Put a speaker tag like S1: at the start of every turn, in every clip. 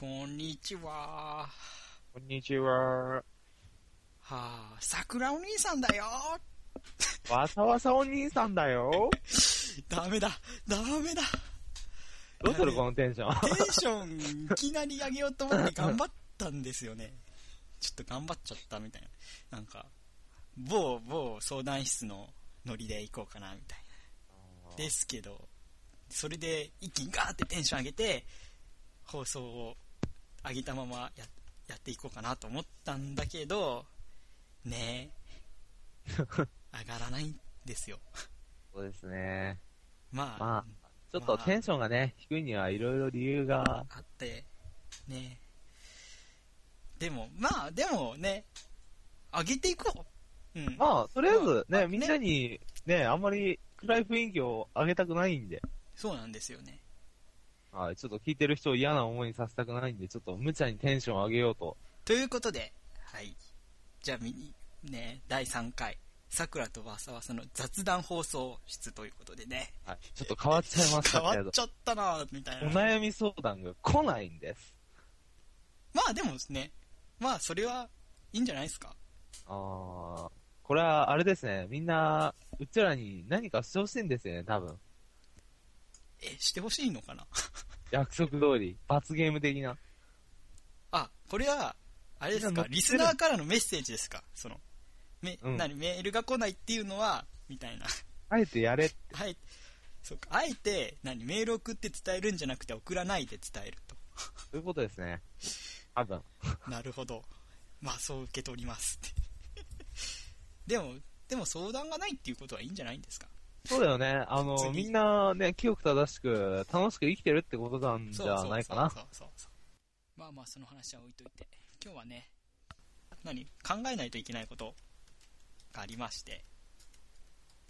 S1: ちは。
S2: こんにちは。
S1: はあ、桜お兄さんだよ。
S2: わさわさお兄さんだよ。
S1: ダメだ、ダメだ。
S2: どうするこのテンション。
S1: テンション、いきなり上げようと思って頑張ったんですよね。ちょっと頑張っちゃったみたいな。なんか、某、某相談室のノリで行こうかな、みたいな。ですけど、それで一気にガーってテンション上げて、放送を上げたままややっていこうかなと思ったんだけど、ねえ、上がらないんですよ。
S2: そうですね。
S1: まあ、
S2: まあ、ちょっとテンションがね、低いにはいろいろ理由が、
S1: あって、ね。でも、まあ、でもね、上げていこう。うん。
S2: まあ、とりあえず
S1: まあ
S2: ね、みんなにね、あんまり暗い雰囲気を上げたくないんで、
S1: そうなんですよね。
S2: はい、ちょっと聞いてる人を嫌な思いにさせたくないんで、ちょっと無茶にテンションを上げようと。
S1: ということで、はい。じゃあ、みに、ね、第3回、桜とわさわさの雑談放送室ということでね。
S2: はい、ちょっと変わっちゃいました
S1: 変
S2: け
S1: わ
S2: ど
S1: っち、ゃったなみたい
S2: お
S1: な。
S2: 悩み相談が来ないんです。
S1: まあ、でもですね、まあ、それはいいんじゃないですか。
S2: ああ、これはあれですね、みんな、うちらに何かしてほしいんですよね、多分。
S1: え、してほしいのかな
S2: 約束通り、罰ゲーム的な。
S1: あ、これは、あれです
S2: いや載っ
S1: か、
S2: てる
S1: リスナーからのメッセージですかその、め、
S2: うん
S1: 何、メールが来ないっていうのは、みたいな。
S2: あえてやれ。
S1: はい。そうか。あえて、何メール送って伝えるんじゃなくて送らないで伝えると。
S2: そういうことですね。多分。
S1: なるほど。まあ、そう受け取りますって。 でも、でも相談がないっていうことはいいんじゃないんですか
S2: そうだよね。あ
S1: 普通
S2: の、
S1: に
S2: みんなね、清く正しく、楽しく生きてるってことなんじ
S1: そう
S2: ゃないかな。
S1: そうそうそうそう。まあまあ、その話は置いといて。今日はね、何考えないといけないことがありまして、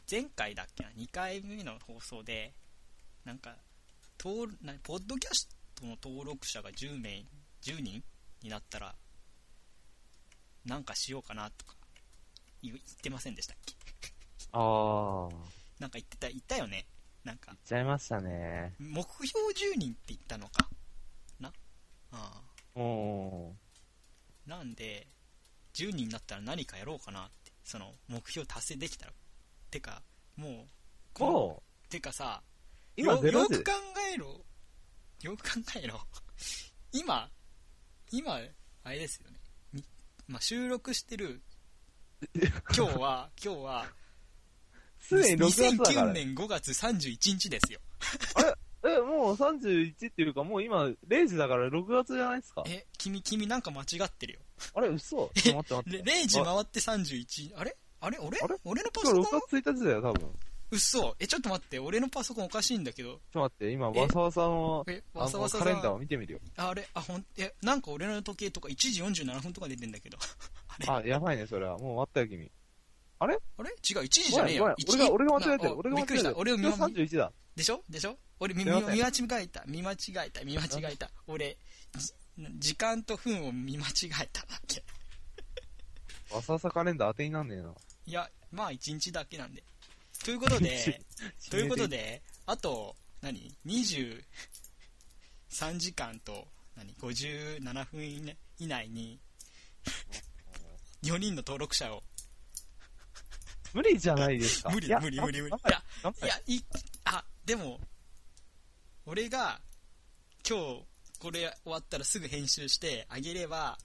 S1: 前回だっけな、2回目の放送で、なんか、登録なポッドキャストの登録者が10名、10人になったら、なんかしようかなとか、言言ってませんでしたっけ
S2: ああ、言っ
S1: なんか言ってた、言ったよねなんか、
S2: ちゃいましたね。
S1: 目標10人って言ったのかなああ。
S2: うん。
S1: なんで、10人になったら何かやろうかなって、その、目標達成できたら。てか、もう、こ
S2: もう、
S1: う、てかさ、
S2: 今
S1: よ
S2: ゼロ
S1: よく
S2: 時
S1: 考えろ。よく考えろ。 今、今、あれですよね。にまあ、収録してる、今日は、今日 は、
S2: すでに6月だか
S1: 2009
S2: ら。
S1: 年5月31日ですよ。
S2: え、もう31っていうか、もう今0時だから6月じゃないですか。
S1: え、君、君なんか間違ってるよ。
S2: あれ、嘘ちょっと待って待
S1: れ
S2: って。
S1: 0時
S2: あ
S1: 回って31、あれあれ俺
S2: あれ
S1: 俺のパソ
S2: 今
S1: コン
S2: 日6月1日だよ、多分。ちょっ
S1: 嘘え、ちょっと待って、俺のパソコンおかしいんだけど、
S2: と待って、今、わさわさの、
S1: え、
S2: あ
S1: わさわ
S2: の、
S1: さ
S2: カレンダーを
S1: さ、
S2: 見てみるよ。
S1: あれ、あ、ほん、え、なんか俺の時計とか1時47分とか出てんだけど。あれ、あ
S2: あ、やばいね、それは。もう終わったよ、君。あれ
S1: れ違う、1時じゃねえ
S2: ごめ
S1: よ
S2: ん。ごめん俺が、俺が間違えて
S1: な
S2: る。俺が
S1: び
S2: 間
S1: っくりして
S2: 違え
S1: た。
S2: る。
S1: 俺を見
S2: 今
S1: 間
S2: 31だ。
S1: でしょでしょ俺見、
S2: すい
S1: 見
S2: ません
S1: 見間違えた。見間違えた。見間違えた。俺、じ時間と分を見間違えただけ。
S2: わさわさカレンダー当てになんねえな。
S1: いや、まあ1日だけなんで。ということで、ということ。で、あと、何 ?23 時間と、何 ?57 分以内以内に、4人の登録者を。
S2: 無理じゃないですか。
S1: 無理
S2: いや
S1: 無理無理無理。
S2: 頑
S1: い
S2: 張れ
S1: や、
S2: 頑張
S1: い
S2: れ
S1: や、い、あ、でも、俺が、今日、これ終わったらすぐ編集してあげれば、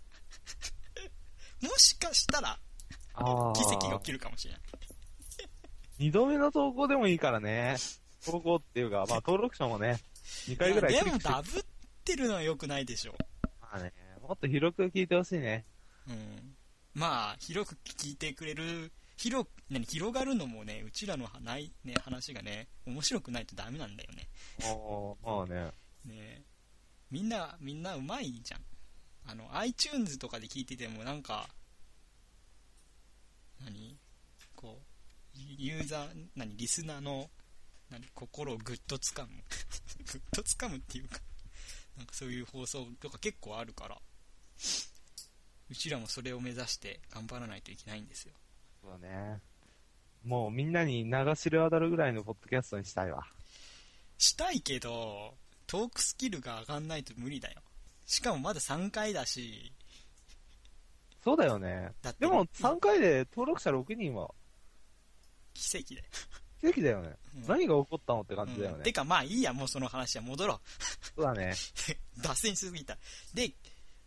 S1: もしかしたら、
S2: あー
S1: 奇跡が起きるかもしれない。
S2: 二度目の投稿でもいいからね。投稿っていうか、まあ登録者もね、2回ぐらい
S1: いや
S2: ク
S1: で
S2: リッ
S1: も、
S2: クして
S1: ダブってるのは良くないでしょ
S2: まあね、もっと広く聞いてほしいね。
S1: うん、まあ広く聞いてくれる広く何広がるのもねうちらのはない、ね、話がね面白くないとダメなんだよね
S2: おー、まあね。
S1: ねみんなみんなうまいじゃんあの iTunes とかで聞いててもなんか何こうユユーザー何リスナーの何心をぐっとつかむ ぐっとつかむっていうかなんかそういう放送とか結構あるからうちらもそれを目指して頑張らないといけないんですよ
S2: そうだね。もうみんなに流しれ渡るぐらいのポッドキャストにしたいわ。
S1: したいけどトークスキルが上がんないと無理だよしかもまだ3回だし、
S2: そうだよね。
S1: だって、
S2: でも、3回で登録者6人は、
S1: 奇跡だよ。
S2: 奇跡だよね。
S1: うん
S2: 何が起こったのって感じだよ
S1: うん
S2: ね
S1: て。か、まあいいや、もうその話は戻ろう。
S2: そうだね。
S1: 脱線しすぎた。で、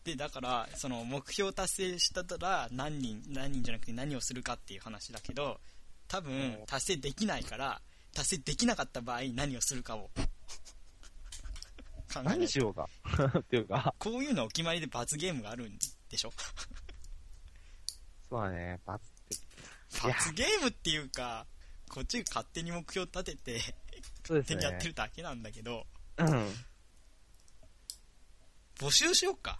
S1: で、だから、その目標達成したら何人、何人じゃなくて何をするかっていう話だけど、多分
S2: うん
S1: 達成できないから、達成できなかった場合何をするかを考えない
S2: 何しようか。っていうか、
S1: こういうのお決まりで罰ゲームがあるんでしょ
S2: そうだね。バツって。いや
S1: 罰ゲームっていうか、こっちが勝手に目標立てて、
S2: そうで
S1: 手
S2: す
S1: にやって
S2: ね。
S1: るだけなんだけど、
S2: うん。
S1: 募集しよっか。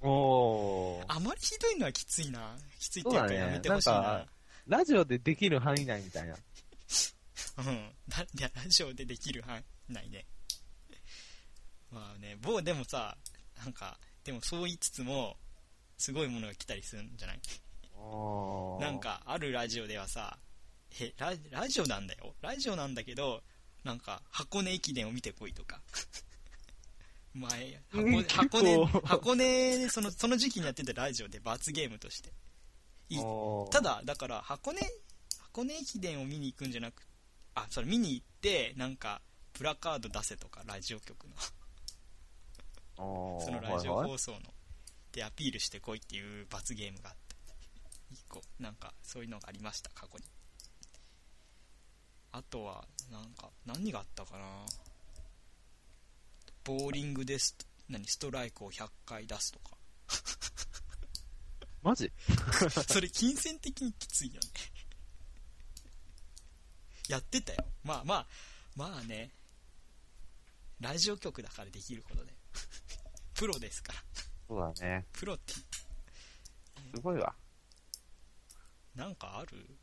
S2: おー。
S1: あまりひどいのはきついな。きついっていう
S2: そう
S1: か
S2: だね
S1: やめてほしいな。
S2: なんかラジオでできる範囲内みたいな。
S1: うん。だいや、ラジオでできる範囲内で。まあね、某でもさ、なんか、でもそう言いつつも、すごいものが来たりするんじゃない
S2: おー
S1: なん、か、あるラジオではさ、え、ララジオなんだよ。ラジオなんだけど、なんか、箱根駅伝を見てこいとか。 前、
S2: う
S1: 箱
S2: ん
S1: 根、
S2: 結
S1: 箱
S2: 構
S1: 根、箱根、その、その時期にやってたラジオで罰ゲームとして。い
S2: おー
S1: た、だだから箱根箱根駅伝を見に行くんじゃなくあそれ見に行ってなんかプラカード出せとかラジオ局の
S2: おー
S1: そのラジオ
S2: はいは
S1: 放
S2: い
S1: 送のでアピールしてこいっていう罰ゲームがあって一個なんかそういうのがありました過去にあとはなんか何があったかなボーリングです何ストライクを100回出すとか
S2: マジ
S1: それ金銭的にきついよね やってたよまあまあまあねラジオ局だからできることで プロですから
S2: そうだね。
S1: プロって
S2: すごいわ。
S1: なんかある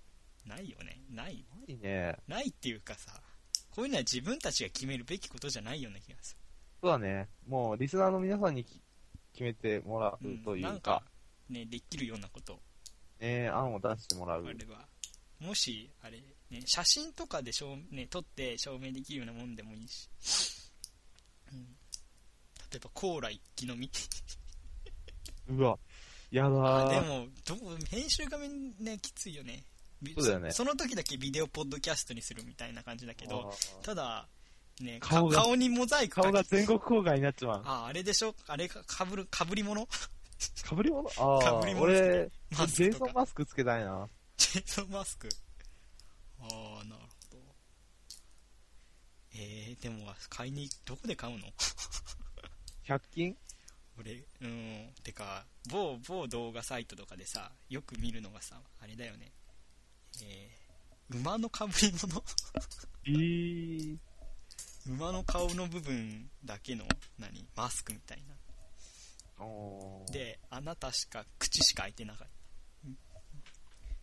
S1: ないよねない
S2: いいね。
S1: ないっていうかさこういうのは自分たちが決めるべきことじゃないような気がす
S2: そうだね。もう、リスナーの皆さんにき決めてもら
S1: る、
S2: うとい
S1: なん
S2: う
S1: か
S2: か、
S1: ねできるようなこと
S2: ね、案を出してもらう。
S1: あればもしあれ、ね、写真とかで証、ね、撮って証明できるようなもんでもいいし、うん、例えばコーラ一気飲み
S2: うわ、やだ
S1: あで
S2: ー。
S1: もどう編集画面ねきついよねび
S2: そうだよね
S1: その時だけビデオポッドキャストにするみたいな感じだけどただ、ね、か
S2: 顔
S1: 顔
S2: が
S1: にモザイクかけ
S2: 顔が全国公開になっちまう。
S1: ああれでしょあれかかぶるかぶり物
S2: かぶり物ああ
S1: 被り、物
S2: 俺、ジ
S1: マスク
S2: ェイ
S1: と
S2: ソン
S1: か
S2: マスクつけたいな。
S1: ジェイソンマスクああなるほどえー、でも買いにどこで買うの
S2: 100均
S1: 俺うんてか某某動画サイトとかでさよく見るのがさあれだよねえー馬のかぶり物
S2: えー、
S1: 馬の顔の部分だけの何マスクみたいな
S2: おー、
S1: であなたしか口しか開いてなかったん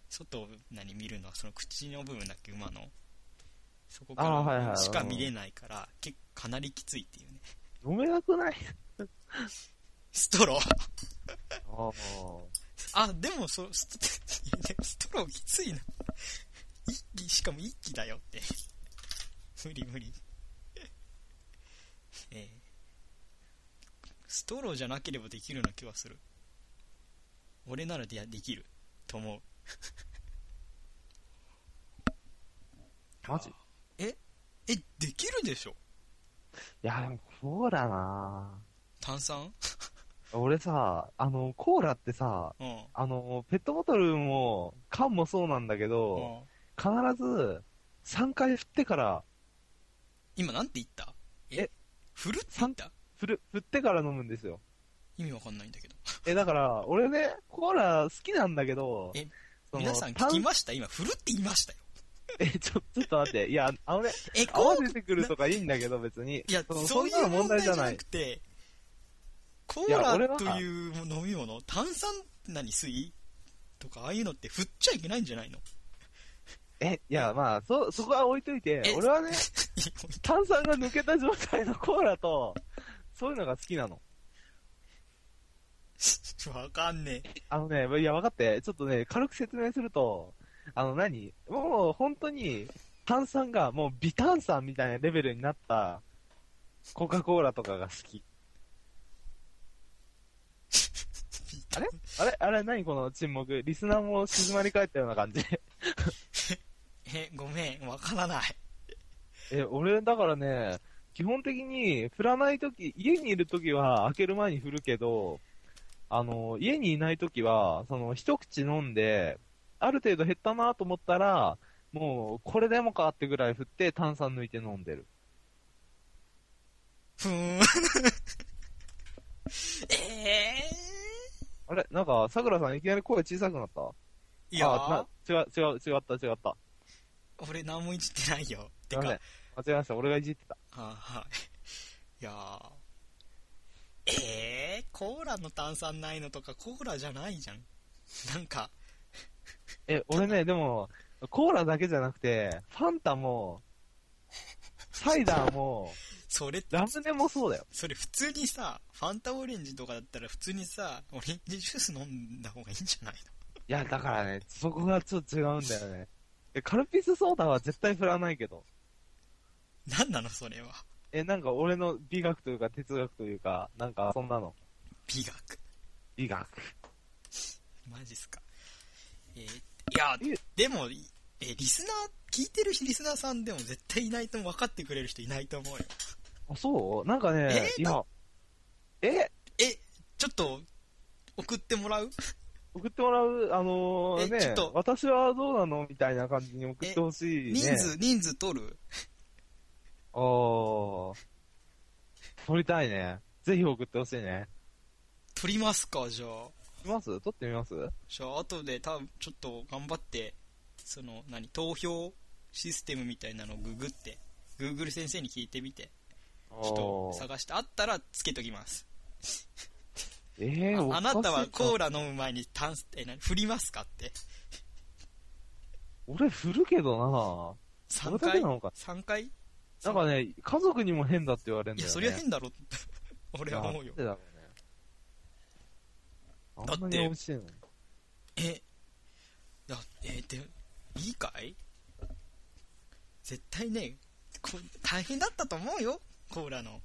S1: 外を何見るのはその口の部分だけ馬のそこか
S2: あーはいはいは
S1: ら
S2: い
S1: しか見れないから、結構かなりきついっていうね
S2: 飲めなくない
S1: ストロー
S2: あー
S1: あ、でもそ、ストでもストローき ついな。一気、しかも一気だよって。 無理無理。 えーストローじゃなければできるような気はする。俺ならでやできる。と思う。
S2: マジい
S1: ええ、できるでしょ
S2: や、でもコーラな
S1: 炭酸
S2: ー俺さ、あの、コーラってさ、
S1: うん。
S2: あの、ペットボトルも、缶もそうなんだけ
S1: う
S2: ど、
S1: ん
S2: 必ず、3回振ってから、
S1: 今なんて言ったえ
S2: え
S1: 振るって言った
S2: 振る、振ってから飲むんですよ。
S1: 意味わかんないんだけど。
S2: え、だから、俺ね、コーラ好きなんだけど、
S1: え
S2: その
S1: 皆さん
S2: 炭
S1: 聞きました今、振るって言いましたよ。
S2: え、ちょ、ちょっと待って。いや、あのね、
S1: え、
S2: 泡出てくるとかいいんだけど、別に。
S1: いや
S2: そ、の
S1: そうい
S2: そ
S1: うん
S2: なの
S1: 問
S2: 問
S1: 題
S2: 題じ
S1: じ
S2: ゃ
S1: ゃ
S2: な
S1: ないく。て、コ
S2: いや
S1: ー
S2: 俺
S1: ラ
S2: は
S1: という飲み物、炭酸何水とか、ああいうのって振っちゃいけないんじゃないの
S2: え、いや、まあ、そ、そこは置いといて
S1: え、
S2: 俺はね、炭酸が抜けた状態のコーラと、そういうのが好きなの。
S1: わかんねえ。
S2: あのね、いや、分かって、ちょっとね、軽く説明すると、あの何、もう、本当に、炭酸が、もう、微炭酸みたいなレベルになった、コカ・コーラとかが好き。あれあれあれ何この沈黙リスナーも静まり返ったような感じ。
S1: え、ごめん、わからない。
S2: え、俺、だからね、基本的に振らないとき、家にいるときは開ける前に振るけど、あの、家にいないときは、その、一口飲んで、ある程度減ったなと思ったら、もう、これでもかってぐらい振って炭酸抜いて飲んでる。
S1: ふーん。 え
S2: あれなんか、桜さんいきなり声小さくなった
S1: ー、いや
S2: あな違う、違う、違った、違った。
S1: 俺何もいじってないよ。て
S2: すいません
S1: か、。
S2: 間違えました。俺がいじってた。
S1: あはい。いやーえー、コーラの炭酸ないのとかコーラじゃないじゃん。なんか、
S2: え、俺ね、でも、コーラだけじゃなくて、ファンタも、サイダーも、
S1: それ、
S2: ラムネもそうだよ。
S1: それ普通にさ、ファンタオレンジとかだったら普通にさ、オレンジジュース飲んだ方がいいんじゃない
S2: いや、だからね、そこがちょっと違うんだよね。えカルピスソーダは絶対振らないけど。
S1: のなんなのそれは。
S2: え、なんか俺の美学というか哲学というか、なんかそんなの。
S1: 美学。
S2: 美学。
S1: マジっすか。えーいや
S2: え、
S1: でも、いえーリスナー、聞いてるリスナーさんでも絶対いないと思う分かってくれる人いないと思うよ。
S2: あ、そうなんかね、
S1: えー
S2: いや、え、
S1: え、ちょっと、送ってもらう
S2: 送ってもらう、あのー
S1: え
S2: ね、
S1: ちょっと
S2: 私はどうなのみたいな感じに送ってほしい、ね。
S1: 人数、人数取る
S2: あー。撮りたいね。ぜひ送ってほしいね。
S1: 取りますか、じゃあ。
S2: います撮ってみます
S1: じゃあ、後で多分ちょっと頑張って、その、何、投票システムみたいなのをググって、Google 先生に聞いてみて、ちょっと
S2: あー
S1: 探して、あったらつけときます。
S2: えー、お
S1: ああなたはコー
S2: ラ。
S1: ラ飲む前に炭素、え、何、振りますかって。
S2: 俺振るけどな
S1: 3
S2: それだけ
S1: 回
S2: なのか
S1: ?3 回
S2: なんかね、家族にも変だって言われるん
S1: い
S2: だよ、
S1: や、
S2: ね。
S1: そりゃ変だろ。 俺は思うよ
S2: なん。でだろうね。
S1: だ
S2: あ
S1: って
S2: んなに美味しいのに
S1: え、だえーで、いいかい絶対ね、こう大変だったと思うよ、コーラの。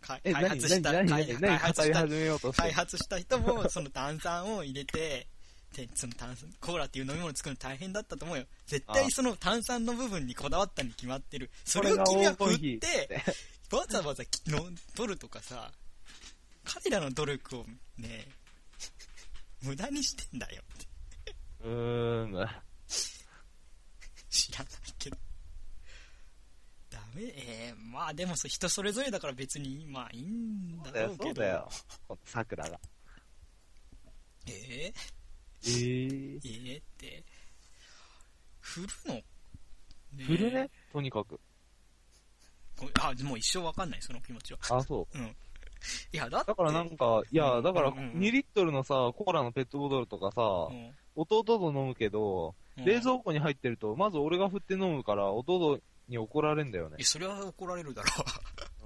S1: か
S2: え、
S1: 開
S2: 何
S1: 発した、開
S2: 何何
S1: 開
S2: 何
S1: 発
S2: 語
S1: し
S2: り
S1: た
S2: 始、めようとして
S1: 開発した人も、その炭酸を入れて、でその炭酸コーラっていう飲み物作るの大変だったと思うよ。絶
S2: あ
S1: 対
S2: あ
S1: その炭酸の部分にこだわったに決まってる。そ
S2: こ
S1: れ
S2: れ
S1: を
S2: が
S1: 君は振
S2: 黄
S1: っ
S2: 金比
S1: て、わざわざきの取るとかさ、彼らの努力をね、無駄にしてんだよ。
S2: うーん。
S1: 知らないけど。ダメ、えー、まあでもそう人それぞれだから別に、まあいいんだ
S2: だ
S1: ろ
S2: よ
S1: う、
S2: そ
S1: け
S2: う
S1: ど。
S2: だよ。桜が。
S1: えー、
S2: えー。
S1: えー、って。振るの、ねえ
S2: 振るね、とにかく。
S1: ごあ、もう一生わかんない、その気持ちは。
S2: あ、そう。
S1: いや、だって。
S2: だからなんか、いや、だから
S1: うんうんうん
S2: 2リットルのさ、コーラのペットボトルとかさ
S1: う、ん、
S2: 弟と飲むけど、
S1: うん
S2: 冷蔵庫に入ってると、まず俺が振って飲むから、弟に怒られんだよね
S1: いや。それは怒られるだろ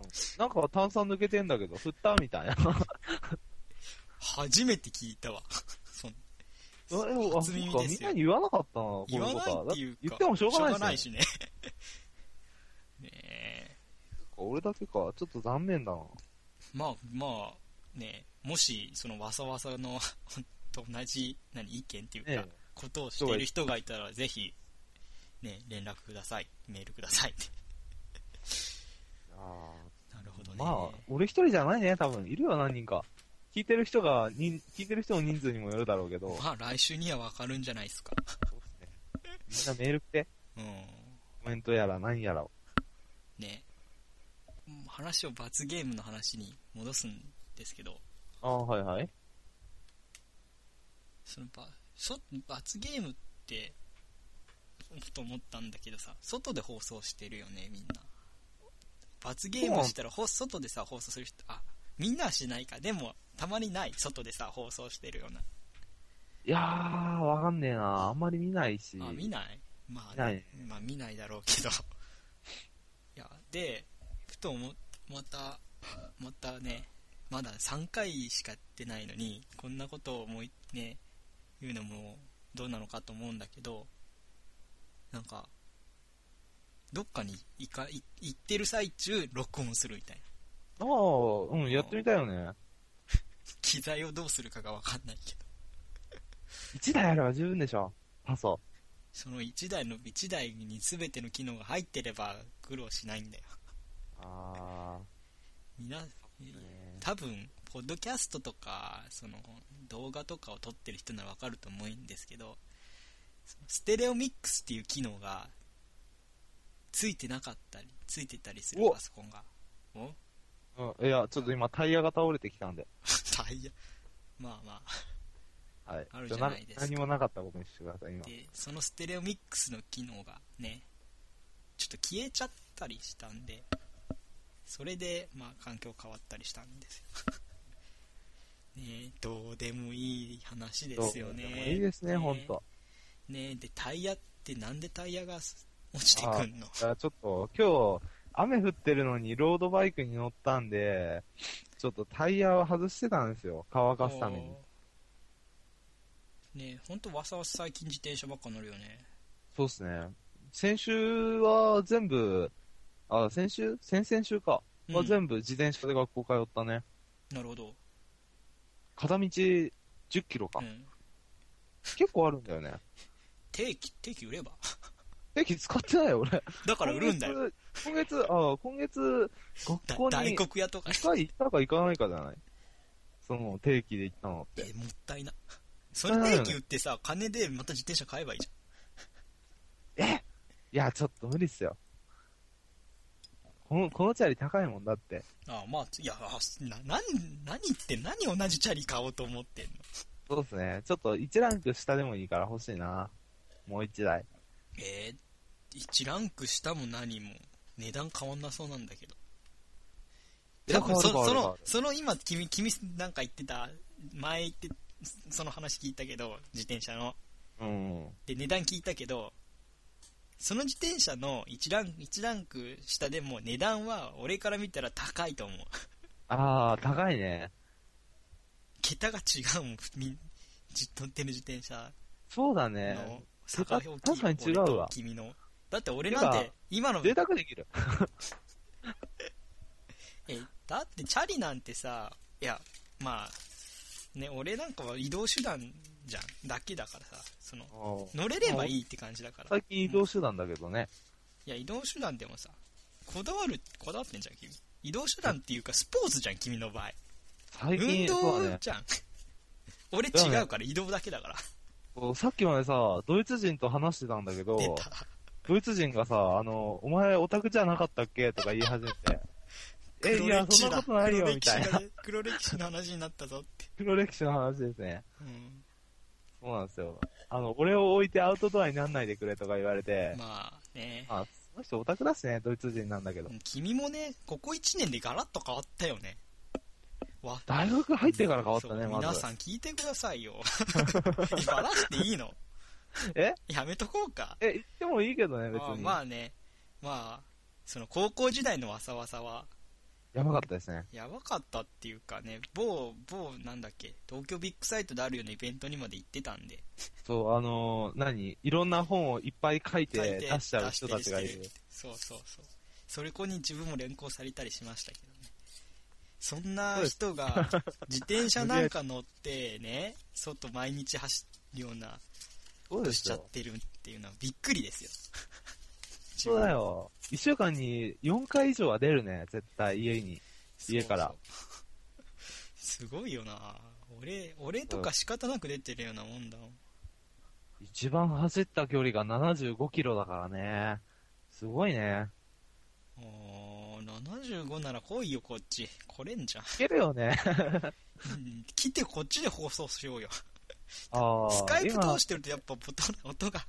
S1: う。
S2: なんか炭酸抜けてんだけど、振ったみたいな。
S1: 初めて聞いたわ。そん
S2: えあ
S1: 初耳
S2: そっか
S1: で
S2: み
S1: す
S2: ん
S1: よ
S2: なに言わなかったな、こうい
S1: 言
S2: う
S1: わ
S2: こと
S1: ない
S2: は。だ
S1: っ
S2: って
S1: いうか。
S2: 言ってもしょうがないし,、
S1: しね。ねえ。
S2: 俺だけか、ちょっと残念だな。
S1: まあまあねもしそのわさわさの と同じ何意見っていうか、
S2: ええ
S1: ことをしている人がいたらぜひね連絡くださいメールください
S2: あ
S1: なるほどね、
S2: まあ、俺一人じゃないね、多分。いるよ、何人か。聞いてる人が、人聞いてる人の人数にもよるだろうけど、そう
S1: まあ来週にはわかるんじゃないですか
S2: ですねみんなメール来て、
S1: うん
S2: コメントやら何やらを。
S1: ねうん話を罰ゲームの話に戻すんですけど
S2: ああ、はいはい。
S1: そのばそ罰ゲームってふと思ったんだけどさ外で放送してるよねみんな罰ゲームしたらほ外でさ放送する人あみんなはしないかでもたまにない外でさ放送してるようない
S2: やー、わかんねえな。あんまり見ないし。
S1: あ見ないまあ
S2: 見ないね
S1: まあ見ないだろうけど いやでふと思またまたねまだ3回しかやってないのにこんなことを思いね言うのもどうなのかと思うんだけどなんかどっかに行かい行ってる最中録音するみたいな
S2: ああ、うん、やってみたいよね。
S1: 機材をどうするかがわかんないけど。
S2: 1台あれば十分でしょ。パソ。
S1: その1台の、1台に全ての機能が入ってれば苦労しないんだよ。
S2: あ
S1: みんな、
S2: ー、ね
S1: 多分、ポッドキャストとか、その動画とかを撮ってる人ならわかると思うんですけど、そのステレオミックスっていう機能が、ついてなかったり、ついてたりする
S2: お
S1: パソコンが。 お
S2: うん、いや、ちょっと今タイヤが倒れてきたんで。
S1: タイヤ。まあまあ。
S2: はい。
S1: あるじゃないですか
S2: 何もなかったことにしてください、今。
S1: で、そのステレオミックスの機能がね、ちょっと消えちゃったりしたんで、それで、まあ、環境変わったりしたんですよ。 ねどうでもいい話ですよね。
S2: どうでもいいですね、ほんと。
S1: ねえでタイヤってなんでタイヤが落ちてくんの
S2: いやちょっと、今日、雨降ってるのにロードバイクに乗ったんで、ちょっとタイヤを外してたんですよ。乾かすために。
S1: ねえほんとわさわさ最近自転車ばっか乗るよね
S2: そうっすね。先週は全部、あ、先週先々週か。は
S1: うん
S2: 全部自転車で学校通ったね。
S1: なるほど、
S2: 片道10キロか。
S1: うん、
S2: 結構あるんだよね。
S1: 定期定期売れば
S2: 定期使ってないよ、俺。
S1: だから売るんだよ
S2: 今月。今月、あ今月、
S1: だ
S2: 学校
S1: 大
S2: に
S1: 黒屋とか
S2: 一回行ったか行かないかじゃないその、定期で行ったのっ
S1: え
S2: て。
S1: もったいなそれ定期売ってさ金でまた自転車買えばいいじ
S2: いや、ちょっと無理っすよ。この、このチャリ高いもんだって。
S1: ゃんああまあいやあな 何何って何同じチャリ買おうと思ってんの
S2: そうですね。ちょっと1ランク下でもいいから欲しいな。もう1台。
S1: えー、1ランク下も何も値段変わんなそうなんだけど多
S2: いや
S1: 分そ
S2: 変わ
S1: そ
S2: る変わ
S1: の
S2: る
S1: その今君君なんか言ってた前言ってその話聞いたけど自転車の
S2: うん。
S1: で値段聞いたけどその自転車の1ラン一ランク下でも値段は俺から見たら高いと思う
S2: あー、高いね。
S1: 桁が違うもんみじ乗ってる自転車
S2: そうだね。
S1: の差が大きい
S2: 確かに違うわ
S1: 俺と君のだって俺なん
S2: て
S1: て
S2: か
S1: 今の
S2: 贅沢できる。
S1: えだってチャリなんてさいやまあね俺なんかは移動手段じゃんだけだからさその乗れればいいって感じだからい
S2: 最近移動手段だけどね。
S1: や移動手段でもさこだわるこだわってんじゃん君移動手段っていうかスポーツじゃん君の場合
S2: 最
S1: 運
S2: 近、そう
S1: 動
S2: だね。
S1: じゃん、俺
S2: だよね
S1: 違うから移動だけだから
S2: こうさっきまでさ、ドイツ人と話してたんだけど、
S1: 出た
S2: ドイツ人がさ、あの、お前オタクじゃなかったっけとか言い始め て、え、いや、そんなことないよ、
S1: 黒
S2: み
S1: 歴史
S2: たいな。
S1: が黒歴史の話になったぞって、
S2: 黒歴史の話ですね。
S1: うん
S2: そうなんですよ。あの、俺を置いてアウトドアになんないでくれとか言われて、
S1: まあね
S2: まあ、その人オタクだしね、ドイツ人なんだけど。
S1: 君もねここ1年でガラッと変わったよねわ
S2: 大学入ってから変わったね、
S1: そう
S2: ま
S1: 皆
S2: ず
S1: さ。ん聞いてくださいよ。 バラしていいの
S2: え
S1: やめとこうか。
S2: え、行ってもいいけどね、別
S1: あ
S2: に。
S1: まあね、まあ、その高校時代のわさわさは、
S2: やばかったですね。
S1: やばかったっていうかね、某、某、なんだっけ、東京ビッグサイトであるようなイベントにまで行ってたんで、
S2: そう、あのー何いろんな本をいっぱい書い
S1: 書い
S2: て
S1: て
S2: 出しちゃう人たちがい
S1: 出して
S2: る
S1: る。そうそうそう。それこに自分も連行されたりしましたけどね。そんな人が、自転車なんか乗ってね、外毎日走るような
S2: そう
S1: と
S2: で
S1: し
S2: す
S1: ちゃっ
S2: よ。
S1: てるっていうのはびっくりですよ。
S2: そうだよ。一週間に4回以上は出るね、絶対家に。
S1: 自分
S2: 家から
S1: そうそうすごいよな。俺、俺とか仕方なく出てるようなもんだもん。
S2: 一番走った距離が75キロだからね。すごいね。
S1: おー75なら来いよ、こっち。来れんじゃん。
S2: いけるよね。
S1: うん来てこっちで放送しようよ。
S2: ああ。
S1: スカイプ
S2: 今
S1: 通、してるとやっぱボタン音が。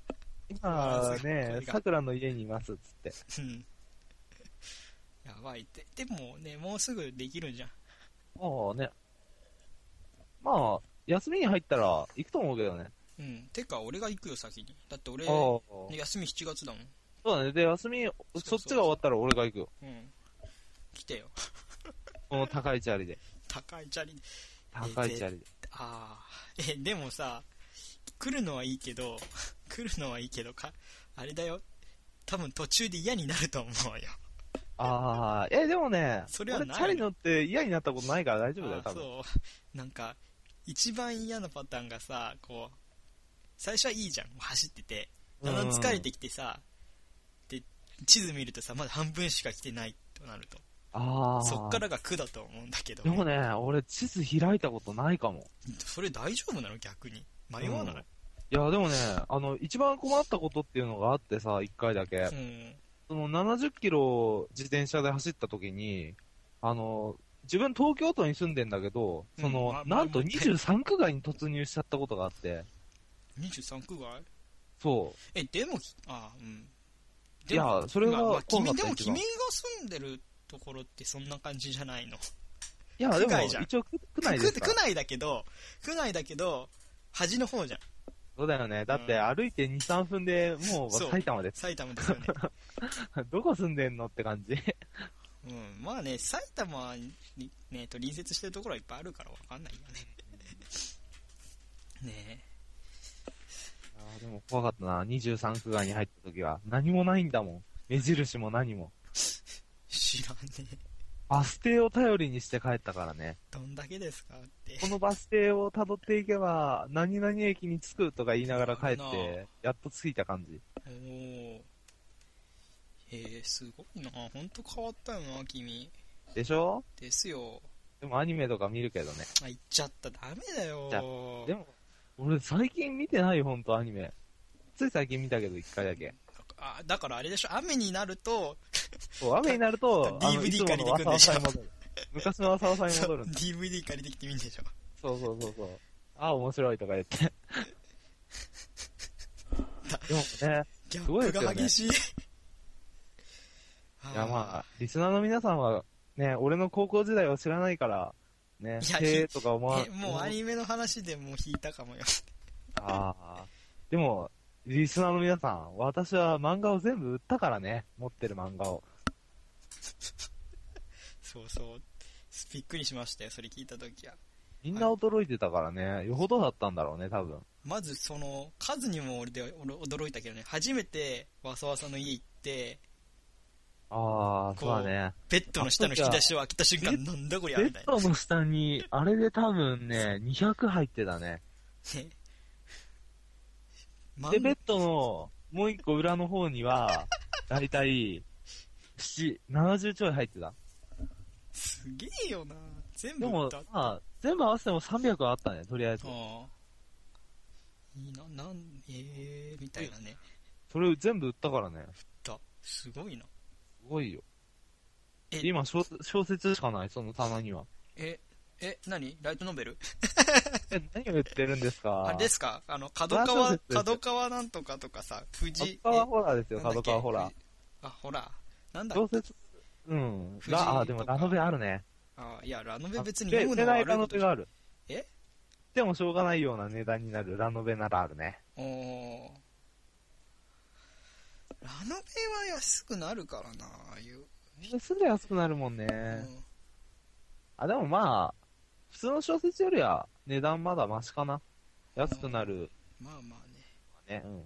S2: 今ね
S1: 声、が
S2: 桜の家にいますっつっ
S1: う
S2: て。
S1: んやばいって。でもね、もうすぐできるじゃん。
S2: ああね。まあ、休みに入ったら行くと思うけどね。
S1: うん。てか、俺が行くよ、先に。だって俺、
S2: ああ。
S1: 休み7月だもん。
S2: そうだね。で、休み、
S1: そう
S2: そっちが終わったら俺が行くよ。
S1: うん。来てよ。
S2: この高いチャリで。
S1: 高いチャリ
S2: 高いチャリで。
S1: ああえでもさ来るのはいいけど 来るのはいいけどかあれだよ多分途中で嫌になると思うよ
S2: ああ、え、でもね、
S1: それはない
S2: 俺チャリ乗って嫌になったことないから大丈夫だよ、
S1: あ
S2: 多分。
S1: そう。なんか、一番嫌なパターンがさ、こう、最初はいいじゃん、走ってて。だんだん疲れてきてさ、で、地図見るとさ、まだ半分しか来てないとなると。
S2: ああ。
S1: そっからが苦だと思うんだけど、
S2: でもね、俺地図開いたことないかも。
S1: それ大丈夫なの逆に。迷わない、
S2: いや、でもね、あの、一番困ったことっていうのがあってさ、一回だけ。
S1: うん
S2: その70キロ自転車で走った時に、あの、自分東京都に住んでんだけど、そ
S1: うん
S2: の
S1: ま、
S2: なんと
S1: まあ
S2: 23区外に突入しちゃったことがあって、
S1: 23区外
S2: そ
S1: え、でも、あうん。
S2: う。いや、それ
S1: まあま
S2: は
S1: あ
S2: 怖
S1: 君
S2: かっ
S1: で
S2: た
S1: も
S2: 一
S1: 君
S2: 番
S1: が
S2: い
S1: 住んでるところってそんな感じじゃないの。
S2: や、で
S1: 区
S2: も
S1: 外じゃん、
S2: 一応区区内です
S1: 区
S2: か
S1: 区内だけど、区内だけど、端の方じゃん。
S2: そうだよね。だって歩いて2、3分でもう
S1: そう
S2: 埼玉です。
S1: 埼玉ですよね。
S2: どこ住んでんのって感じ。
S1: うん、まあね、埼玉に、ね、と隣接してるところはいっぱいあるからわかんないよね。ね
S2: あーでも怖かったな。23区外に入った時は。何もないんだもん。目印も何も。
S1: え、知らねえ。
S2: バス停を頼りにして帰ったからね。
S1: どんだけですかって。
S2: このバス停を辿っていけば、何々駅に着くとか言いながら帰っ
S1: な
S2: て、やっと着いた感じ。
S1: おー。へえ、すごいな。ほんと変わったよな、君。
S2: でしょ
S1: ですよ。
S2: でもアニメとか見るけどね。
S1: あ、行っちゃった。ダメだよ
S2: じゃ。でも、俺最近見てないよ、ほんとアニメ。つい最近見たけど、一回だけ。
S1: あだからあれでしょ、雨になると、
S2: そう、雨にな ると、
S1: DVD
S2: あのいつものわさわさに戻る。昔のわさわさに 戻るんだ。
S1: DVD 借りてきてみんでしょ。
S2: そうそうそうそう。あ、面白いと か言って。でもね、
S1: ギャ
S2: す ごい
S1: ップ
S2: ですよね
S1: が激しい。
S2: いやまあ、リスナーの皆さんは、ね、俺の高校時代を知らないから、ね、
S1: いや
S2: へえとか思わ
S1: えもうアニメの話でもう引いたかもよ。
S2: ああ。でも、リスナーの皆さん、私は漫画を全部売ったからね、持ってる漫画を。
S1: そうそう。びっくりしましたよ、それ聞いたときは。
S2: みんな驚いてたからね、よほどだったんだろうね、多分。
S1: まずその、数にも俺で俺驚いたけどね、初めてわさわさの家行って、
S2: ああ、そうだね。
S1: ベッドの下の引き出しを開けた瞬
S2: あそ
S1: 間、なんだこりゃ
S2: ベ
S1: み
S2: ッ
S1: たいな。
S2: ドの下に、あれで多分ね、200入ってたね。
S1: ねまん
S2: で、ベッドのもう一個裏の方 には、だいたい、7、70ちょい入ってた。
S1: すげえよな。全
S2: で
S1: 部売
S2: も
S1: った。あ、
S2: まあ、全部合わせても300はあったね、とりあえず。
S1: あ。いいな、なん、ええみたいなね。
S2: それ全部売ったからね。
S1: だ、すごいな。
S2: すごいよ。
S1: え
S2: 今小、小説しかない、その棚には。
S1: え、え、何ライトノベル
S2: え、何を言ってるんですか。
S1: あれですすかあの、角川、
S2: 小説です
S1: 角川なんとかとかさ、富士。
S2: 角川ホラーですよ、
S1: なんだ
S2: 角
S1: っけ
S2: 川ホラー。。
S1: あ、ほら。なんだ
S2: 小説、うん。
S1: 藤井とか
S2: ラあ、でもラノベあるね。
S1: あいや、ラノベ
S2: あ
S1: 別に
S2: で
S1: 読むの
S2: 値
S1: は
S2: 段ラ
S1: 悪い
S2: ノ
S1: こと
S2: ベ
S1: じゃ
S2: がある。
S1: え
S2: でもしょうがないような値段になるラノベならあるね。
S1: おーラノベは安くなるからな、ああいう。
S2: すんで安くなるもんね。
S1: うん
S2: あ、でもまあ、普通の小説よりは値段まだマシかな。安くなる
S1: まあまあね。
S2: わね。うん。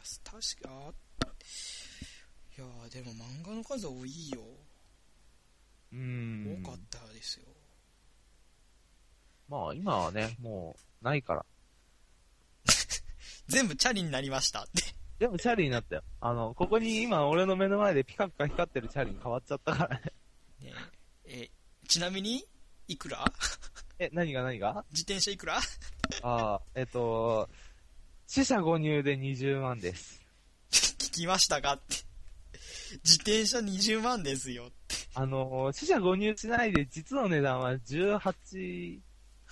S1: 安、確か、あいやーでも漫画の数多いよ。
S2: う
S1: 多
S2: ん。
S1: かったですよ。
S2: まあ今はね、もうないから。
S1: 全部チャリになりましたって。
S2: でもチャリになったよ。あの、ここに今俺の目の前でピカピカ光ってるチャリに変わっちゃったから ね。
S1: ねえ、ちなみに、いくら
S2: え、何が何が
S1: 自転車いくら
S2: ああ、えっと、死者誤入で20万です。
S1: 聞きましたかって。自転車20万ですよ。
S2: あの、死者誤入しないで実の値段は18、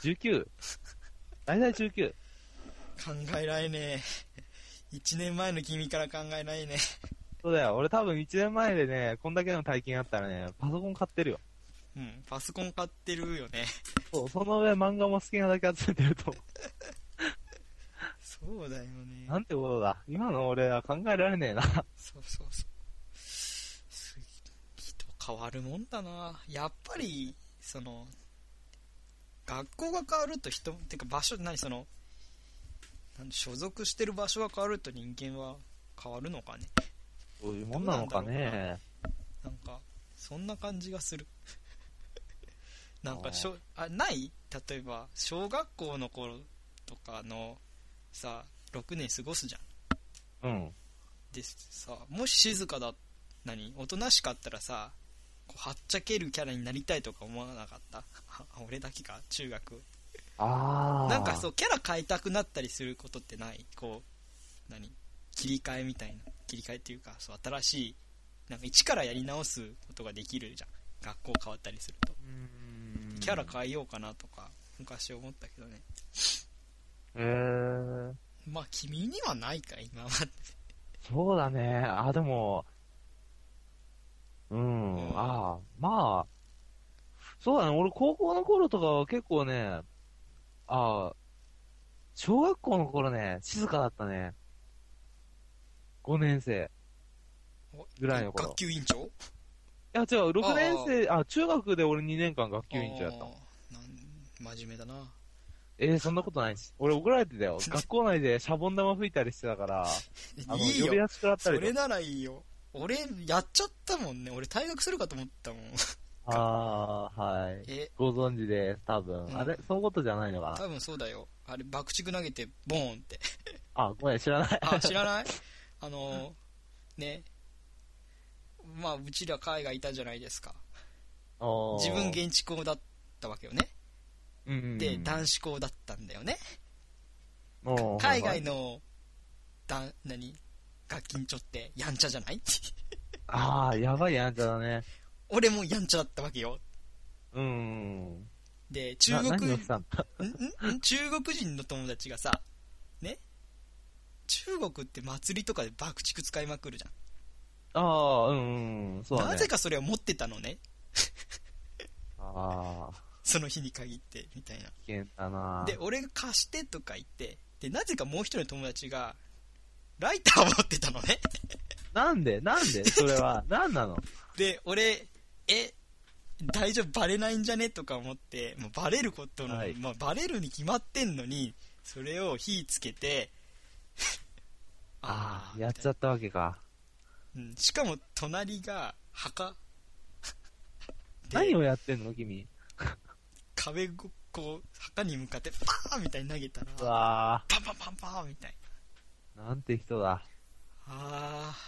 S2: 19。大体19。
S1: 考えられねえ。1年前の君から考えないね。
S2: そうだよ。俺多分1年前でね、こんだけの大金あったらね、パソコン買ってるよ。
S1: うん、パソコン買ってるよね。
S2: そう、その上漫画も好きなだけ集めてると思
S1: そうだよ
S2: う。
S1: ね。
S2: なんてことだ。今の俺は考えられねえな。
S1: そうそうそう。す人変わるもんだな。やっぱり、その、学校が変わると人、てか場所、何その、なん所属してる場所が変わると人間は変わるのかね。
S2: そういうもんなのかね。
S1: なんかそんな感じがするなんかしょあない例えば小学校の頃とかのさ6年過ごすじゃん
S2: うん。
S1: でさもし静かだ何おとなしかったらさこうはっちゃけるキャラになりたいとか思わなかった あ俺だけか中学
S2: ああ。。
S1: なんかそううキャラ変えたくなったりすることってないこう何切り替えみたいな切り替えっていうかそう新しいなんか一からやり直すことができるじゃん学校変わったりするとキャラ変えようかなとか昔思ったけどね
S2: えー、
S1: まあ君にはないか今は
S2: そうだね。あ、でも、うん、
S1: うん
S2: ああ、まあ、そうだね。俺、高校の頃とかは結構ね、ああ、小学校の頃ね、静かだったね。5年生。
S1: お
S2: ぐらいの頃
S1: 学級委員長
S2: いや、違う、6年生、あ中学で俺2年間学級委員長やった
S1: あ
S2: もん。
S1: ーなん真面目だな。
S2: えー、そんなことないし。俺怒られてたよ 学校内でシャボン玉吹いたりしてたから、あの、
S1: いい
S2: 呼び
S1: よ
S2: 出しくらった
S1: そ
S2: り
S1: れ
S2: とか。
S1: ならいいよ俺やっちゃったもんね俺退学するかと思ったもん
S2: ああ、はい。
S1: え
S2: ご存知です、多分。
S1: うん
S2: あれ、そのことじゃないのかな
S1: 多分そうだよあれ爆竹投げてボーン って
S2: あ、ごめん、知ら ない。
S1: あ知らないあのねまあうちら海外いたじゃないですか
S2: おー
S1: 自分現地校だったわけよね
S2: うんうんうん
S1: で男子校だったんだよね
S2: おー
S1: 海外
S2: はい
S1: のだ何ガキンチョってやんちゃじゃない
S2: ああ、やばいやんちゃだね。
S1: 俺もやんちゃだったわけよ
S2: うんうんうん。
S1: で中
S2: な何
S1: 国
S2: をしたんだ
S1: んんん中国人の友達がさね中国って祭りとかで爆竹使いまくるじゃん、
S2: ああ、うんうんうん。そうだね。
S1: なぜかそれを持ってたのね
S2: ああ、
S1: その日に限ってみたいな
S2: 危険だな。
S1: で俺が貸してとか言ってでなぜかもう一人の友達がライターを持ってたのね
S2: なんでなんでそれ は。なんなの
S1: で俺え大丈夫バレないんじゃねとか思ってもうバレることの、
S2: はい
S1: まあ、バレるに決まってんのにそれを火つけて
S2: あ
S1: ー
S2: あ、やっちゃったわけか。
S1: うん、しかも隣が墓で
S2: 何をやってんの君。
S1: 壁ごこう墓に向かってパーンみたいに投げたら
S2: うわ
S1: パンパンパンパンみたいな
S2: あ、なんて人だ。
S1: あ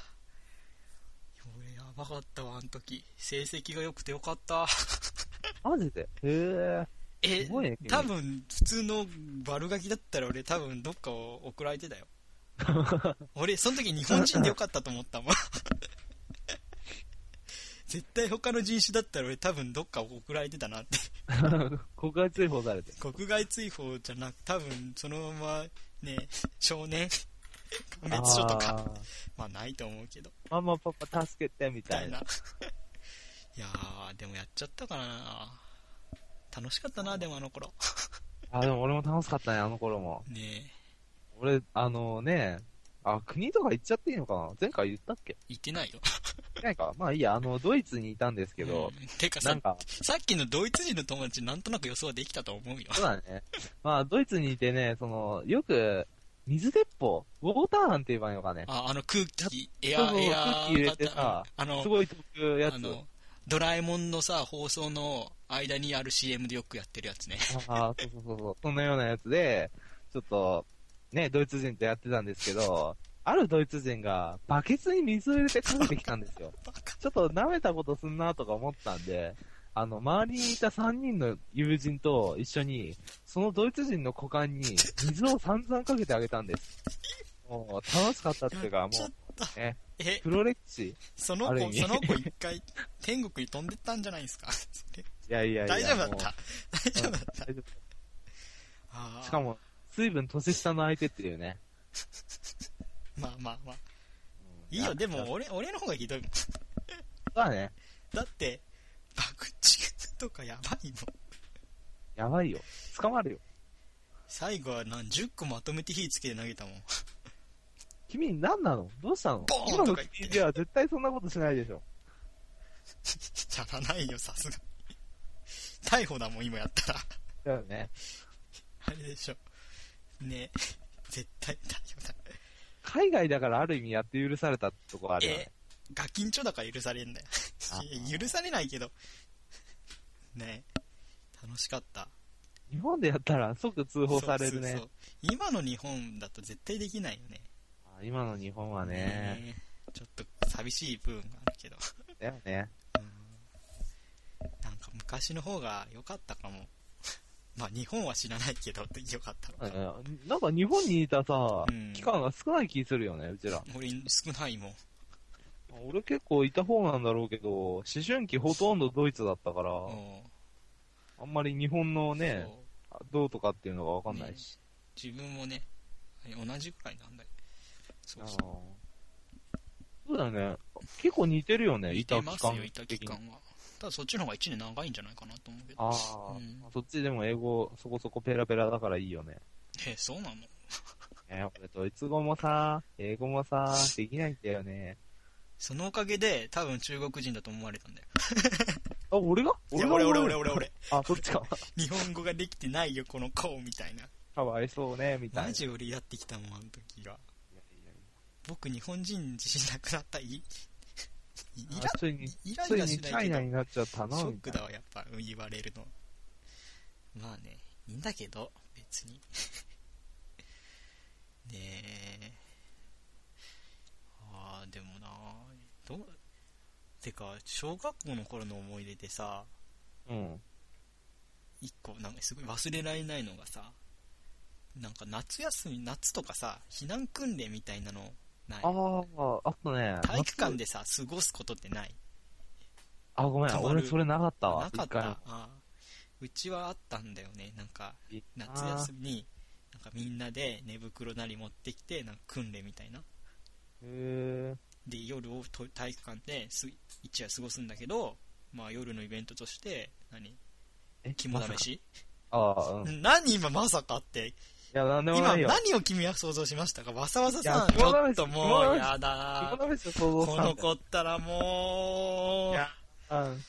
S1: ー俺やばかったわあの時成績が良くてよかった
S2: マジでへえ。
S1: え
S2: すごいね君
S1: 多分普通の悪ガキだったら俺多分どっかを送られ てたよ俺その時日本人でよかったと思ったもん 絶対他の人種だったら俺多分どっか送られてたなって
S2: 国外追放されて。
S1: 国外追放じゃなく多分そのままね少年鑑別所とか
S2: あー
S1: まあないと思うけど
S2: ママ、パパ、助けて、み
S1: みた
S2: た
S1: い
S2: い
S1: な
S2: な。
S1: いやーでもやっちゃったからな楽しかったなでもあの頃
S2: あ、でも俺も楽しかったね、あの頃も。
S1: ね
S2: 俺、あのね、あ、国とか行っちゃっていいのかな前回言ったっけ
S1: え行ってないよ
S2: 行ってないか。まあいいや、あの、ドイツにいたんですけど、
S1: うんてか
S2: な
S1: さ
S2: んか、
S1: さっきのドイツ人の友達なんとなく予想できたと思うよ
S2: そうだね。まあ、ドイツにいてね、その、よく、水鉄砲、ウォーターガンって言えばいいのかね。
S1: ああの空気エア
S2: そうそう
S1: エア
S2: 空気入れてさ
S1: あの
S2: すごい特有やつ
S1: あ。のドラえもんのさ放送の間にある CM でよくやってるやつ ね
S2: ああ、そうそうそうそう。そんなようなやつで、ちょっと、ね、ドイツ人とやってたんですけど、あるドイツ人がバケツに水を入れてかけてきたんですよ。
S1: バカ
S2: ちょっと舐めたことすんなとか思ったんで、あの、周りにいた3人の友人と一緒に、そのドイツ人の股間に水を散々かけてあげたんです。もう、楽しかったっていうか、も
S1: やっ
S2: う、
S1: ちゃった
S2: ね
S1: え
S2: プロ歴史。い
S1: その
S2: ある
S1: 子、
S2: 意味
S1: その子一回、天国に飛んでったんじゃない ですか。それ
S2: やいやいや。
S1: 大丈夫だっ
S2: もう
S1: た。大丈夫だっ
S2: 大丈
S1: た。
S2: 夫しか
S1: も。
S2: も、随分年下の相手っていうね。
S1: まあまあまあ。
S2: うん
S1: いいよ、
S2: や
S1: でも俺、俺の方がひどいもん。
S2: そうだね。
S1: だって、爆竹とかやばいもん。
S2: やばいよ。捕まるよ。
S1: 最後は何、10個まとめて火つけて投げたもん。
S2: 君、何なのどうしたの
S1: ボーン
S2: 今
S1: と
S2: の
S1: か言って
S2: 君では絶対そんなことしないでしょ。
S1: やらないよ、さすがに。逮捕だもん、今やったら。
S2: だよね。
S1: あれでしょ。ね絶対逮捕だ。
S2: 海外だからある意味やって許されたとこあるよね
S1: え。、ガキンチョだから許されんだよ。
S2: あ
S1: し、許されないけど。ね楽しかった。
S2: 日本でやったら即通報されるね。
S1: そうそうそう今の日本だと絶対できないよね。
S2: あ今の日本はね、
S1: ねちょっと寂しい部分があるけど。
S2: だよね。
S1: うんなんか昔の方が良かったかも。 まあ日本は知らないけど、良かったのか。
S2: うんなんか日本にいたさ、
S1: うん
S2: 期間が少ない気するよね、うちら。
S1: 俺少ないもん。
S2: 俺結構いた方なんだろうけど、思春期ほとんどドイツだったから、
S1: うん
S2: あんまり日本のね
S1: そ、う
S2: どうとかっていうのがわかんないし。
S1: 自分もね、同じくらいなんだよ。そ
S2: あ
S1: う
S2: ー
S1: そう。
S2: そうだよね。結構似てるよね、い
S1: い
S2: た
S1: て
S2: 期
S1: ます
S2: 間
S1: よ、いた期
S2: 的に
S1: 間。は。ただそっちの方が1年長いんじゃないかなと思うけど。
S2: ああ、
S1: うん
S2: そっちでも英語そこそこペラペラだからいいよね。
S1: え、そうなの
S2: えー、俺ドイツ語もさ、英語もさ、できないんだよね。
S1: そのおかげで多分中国人だと思われたんだよ。
S2: あ、俺が
S1: いや、
S2: が
S1: 俺俺俺俺俺。
S2: あ、そっちか。
S1: 日本語ができてないよ、この子みたいな。
S2: かわいそうね、みたいな。
S1: マジ俺やってきたもん、あの時が。
S2: いやいやい
S1: 僕日本人自信なくなったいい
S2: や
S1: ら
S2: ついに、
S1: イラ
S2: つ
S1: イ
S2: い
S1: ラ
S2: に
S1: し
S2: チ
S1: な
S2: ャ
S1: いけ
S2: イナ
S1: ど
S2: になっちゃったな、
S1: ショッ
S2: みた
S1: ク
S2: いな
S1: だわやっぱ言われるのまあねいいんだけど別に ねえあーでもなどうてか小学校の頃の思い出でさ
S2: うん。
S1: 一個なんかすごい忘れられないのがさなんか夏休み夏とかさ避難訓練みたいなのない
S2: ああ、あとね。
S1: 体育館
S2: 夏。
S1: でさ過ごすことってない
S2: あ、ごめ
S1: た
S2: ん、
S1: まる
S2: 俺それなかった
S1: な
S2: わ。
S1: かっ
S2: 一回も
S1: たあうちはあったんだよねなんか夏
S2: あー
S1: 休みになんかみんなで寝袋なり持ってきてなんか訓練みたいな
S2: へ
S1: で夜をと体育館です一夜過ごすんだけど、まあ、夜のイベントとして何
S2: え。え
S1: 肝試
S2: まさか
S1: し、
S2: ああ、うん。い
S1: 何今まさかって
S2: や、なんでも
S1: 今
S2: ないよ。
S1: 何を君は想像しましたかわさわささん
S2: いや
S1: ち
S2: 肝試し
S1: ょっとも
S2: 肝
S1: う
S2: 試し
S1: やだ
S2: 肝試しを想像
S1: こ
S2: し
S1: の
S2: たんだよ。
S1: 子ったらも
S2: いうや、うん。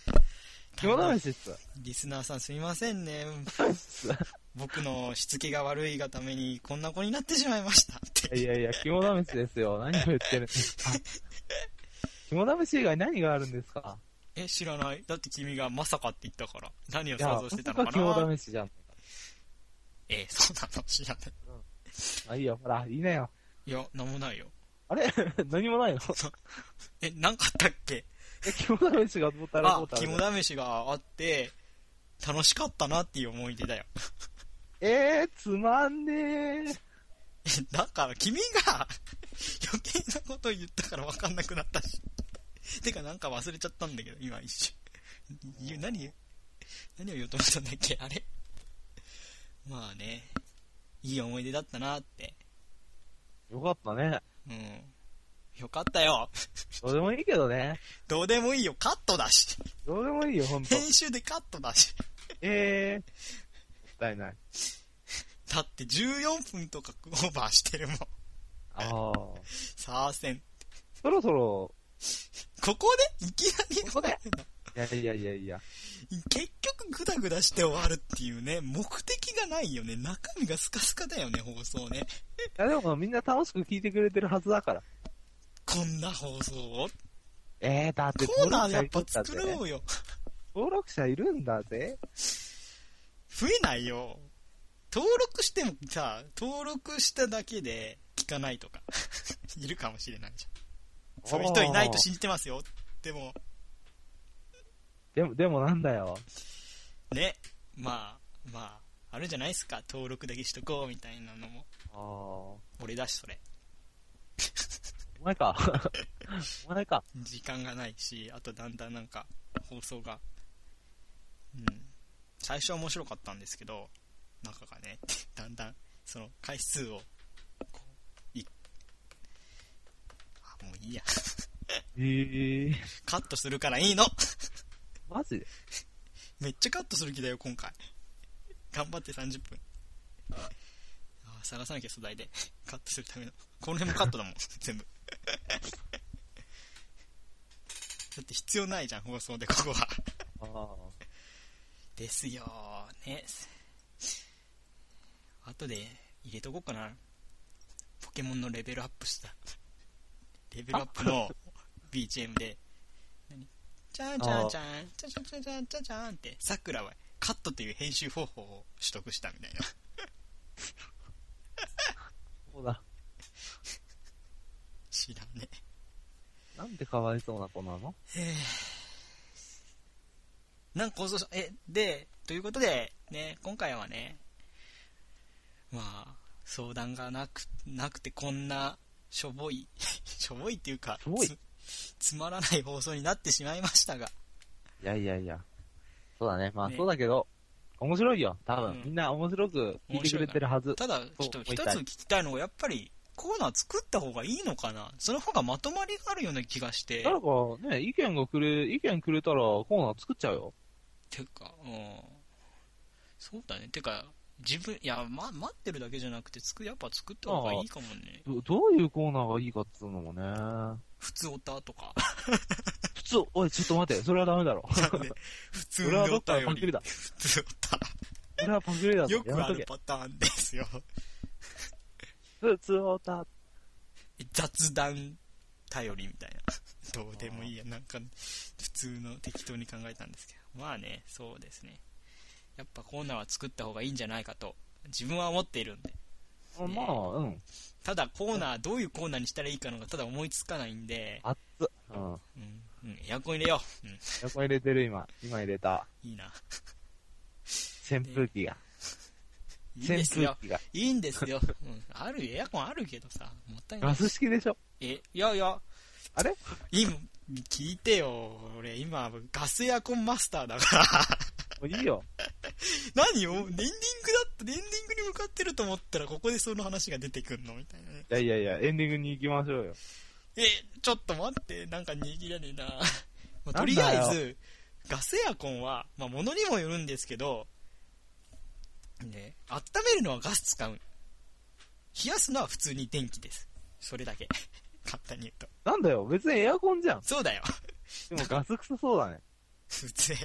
S2: 肝試しっす。
S1: リスナーさんすみませんね
S2: 肝試しっす
S1: 僕のしつけが悪いがためにこんな子になってしまいましたって
S2: いやいや、肝試しですよ。何を言ってるんですか。肝試し以外何があるんですか
S1: え知らないだって君がまさかって言ったから何を
S2: いや、
S1: 想像してたのか
S2: まさ
S1: な
S2: 肝試しじゃん。
S1: えそうなの知らない
S2: あ、いいよ、ほら、いいなよ。
S1: いや何もないよ
S2: あれ 何もないの
S1: えなんかあったっけ
S2: え肝試しがどうたらど
S1: あ
S2: うたらで。
S1: 肝試しがあって楽しかったなっていう思い出だよ
S2: えー、つまんねえ。
S1: えだから君が 余計なこと言ったから分かんなくなったして かなんか忘れちゃったんだけど今一瞬言う何何を言おうと思ったんだっけあれまあねいい思い出だったなって
S2: よかったね。
S1: うんよかったよ
S2: どうでもいいけどね。
S1: どうでもいいよ、カットだし。
S2: どうでもいいよ、ほ んと。
S1: 編集でカットだし。
S2: えー。もったいない。
S1: だって14分とかオーバーしてるもん。
S2: ああ。
S1: サーセン。
S2: そろそろ、
S1: ここでいきなり
S2: ここでいやいやいやいや。
S1: 結局グダグダして終わるっていうね、目的がないよね。中身がスカスカだよね、放送ね。
S2: いやでもみんな楽しく聞いてくれてるはずだから。
S1: こんな放送を。
S2: えー、だって
S1: コーナーやっ
S2: 登
S1: ぱ
S2: 録者い
S1: 作
S2: るんだぜ
S1: ろうよ。
S2: 登録者いるんだぜ。
S1: 増えないよ。登録してもさ、登録しただけで聞かないとか。 いるかもしれないじゃん。そういう人いないと信じてますよ。でも、
S2: でも、でもなんだよ。
S1: ねまあまああるんじゃないですか登録だけしとこうみたいなのも
S2: ああ。お
S1: 俺だしそれ
S2: 前か。 お前か。
S1: 時間がないしあとだんだんなんか放送がうん最初は面白かったんですけど中がね だんだんその回数をこういあもういいや
S2: えー。
S1: カットするからいいの
S2: マジで
S1: めっちゃカットする気だよ今回頑張って30分あー探さなきゃ素材で カットするためのこの辺もカットだもん 全部だって必要ないじゃん放送でここは
S2: ああ。
S1: ですよね後で入れとこうかなポケモンのレベルアップしたレベルアップの BGM で何ちゃんちゃんちゃん、ちゃんちゃんちゃんちゃんちゃんちゃんって、さくらはカットという編集方法を取得したみたいな。
S2: そうだ。
S1: 知らんね。
S2: なんてかわいそうな子なの
S1: なんか構造し、え、で、ということで、ね、今回はね、まあ、相談がなく、なくてこんな、しょぼい、 しょぼいっていうか、
S2: しょぼい
S1: つつまらない放送になってしまいましたが、
S2: いやいやいや。そうだね。まあ、
S1: ね
S2: そうだけど、面白いよ。多分、
S1: うん
S2: みんな面白く聞いてくれてるはず。
S1: ただ、ちょっと
S2: そう
S1: 一つ聞きたいのが、やっぱり、コーナー作った方がいいのかなその方がまとまりがあるような気がして、
S2: 誰かね、意見がくれ、意見くれたらコーナー作っちゃうよ。
S1: てか、うん。そうだね。てか、自分、いや、ま、待ってるだけじゃなくて、つく、やっぱ作った方がいいかもね。
S2: どどういうコーナーがいいかっつうのもね。
S1: 普通オタと か。
S2: 普通、おい、ちょっと待って、それはダメだろ。
S1: 普
S2: そ
S1: 通
S2: れ
S1: の
S2: はど
S1: お
S2: っかのパ
S1: 便
S2: クリ
S1: り
S2: だ。。
S1: 普通
S2: それはパクリだ
S1: オ タ。よ
S2: ぞ。や
S1: く
S2: め
S1: あ
S2: と
S1: る
S2: け。
S1: パターンですよ。
S2: 普通オタ。
S1: 雑談頼りみたいな。どうでもいいや。なんか、普通の適当に考えたんですけど。まあね、そうですね。やっぱコーナーは作った方がいいんじゃないかと、自分は思っているんで。
S2: あまあ、うん。
S1: ただコーナー、どういうコーナーにしたらいいかのがただ思いつかないんで、
S2: 熱っ。うん。
S1: うん、うん、エアコン入れよう。うん、
S2: エアコン入れてる今。今入れた。
S1: いいな。
S2: 扇風機が。
S1: いいん
S2: 扇
S1: です
S2: 風
S1: よ。
S2: 機が。
S1: いいんですよ。うん、ある、エアコンあるけどさ、もったいな
S2: ガ
S1: い。
S2: ス式でしょ。
S1: え、いやいや、
S2: あれ
S1: 今、聞いてよ。俺、今、ガスエアコンマスターだから。
S2: もういいよ。
S1: 何をエンディングだった、エンディングに向かってると思ったら、ここでその話が出てくんのみたいなね。
S2: いやいやいや、エンディングに行きましょうよ。
S1: え、ちょっと待って、なんか握らねえな。まあ
S2: な
S1: と
S2: んだよ
S1: りあえず、ガスエアコンは、まあ、物にもよるんですけど、ね、温めるのはガス使う。冷やすのは普通に電気です。それだけ。 簡単に言うと。
S2: なんだよ、別にエアコンじゃん。
S1: そうだよ。
S2: でもガス臭そうだね。
S1: 普 通。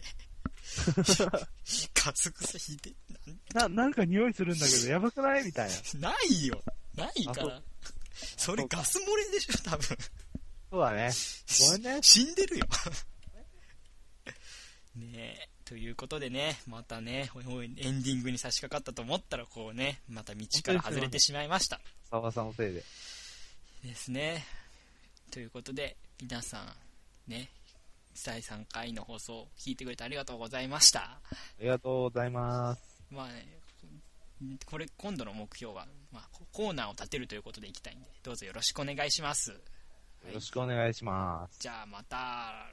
S1: ガスクソ引いて、
S2: な、なんか匂いするんだ けど、やばくないみたいな。
S1: ないよ。ないか
S2: あそ
S1: ら。それ
S2: そうか
S1: ガス漏れでしょ、多分。
S2: そうだね。ごめんね
S1: 死んでるよ。 ねえ。ということでね、またね、エンディングに差し掛かったと思ったら、こうね、また道から外れてしまいました。
S2: 沢さんのせいで。
S1: ですね。ということで、皆さん、ね、第3回の放送、聞いてくれてありがとうございました。
S2: ありがとうございます。
S1: まあね、これ今度の目標は、まあ、ココーナーを立てるということでいきたいんで、どうぞよろしくお願いします。
S2: よろしくお願いします。
S1: じゃあまた、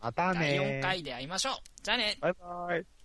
S2: また
S1: 第
S2: ね
S1: 4回で会いましょう。じゃあね
S2: バイバイ。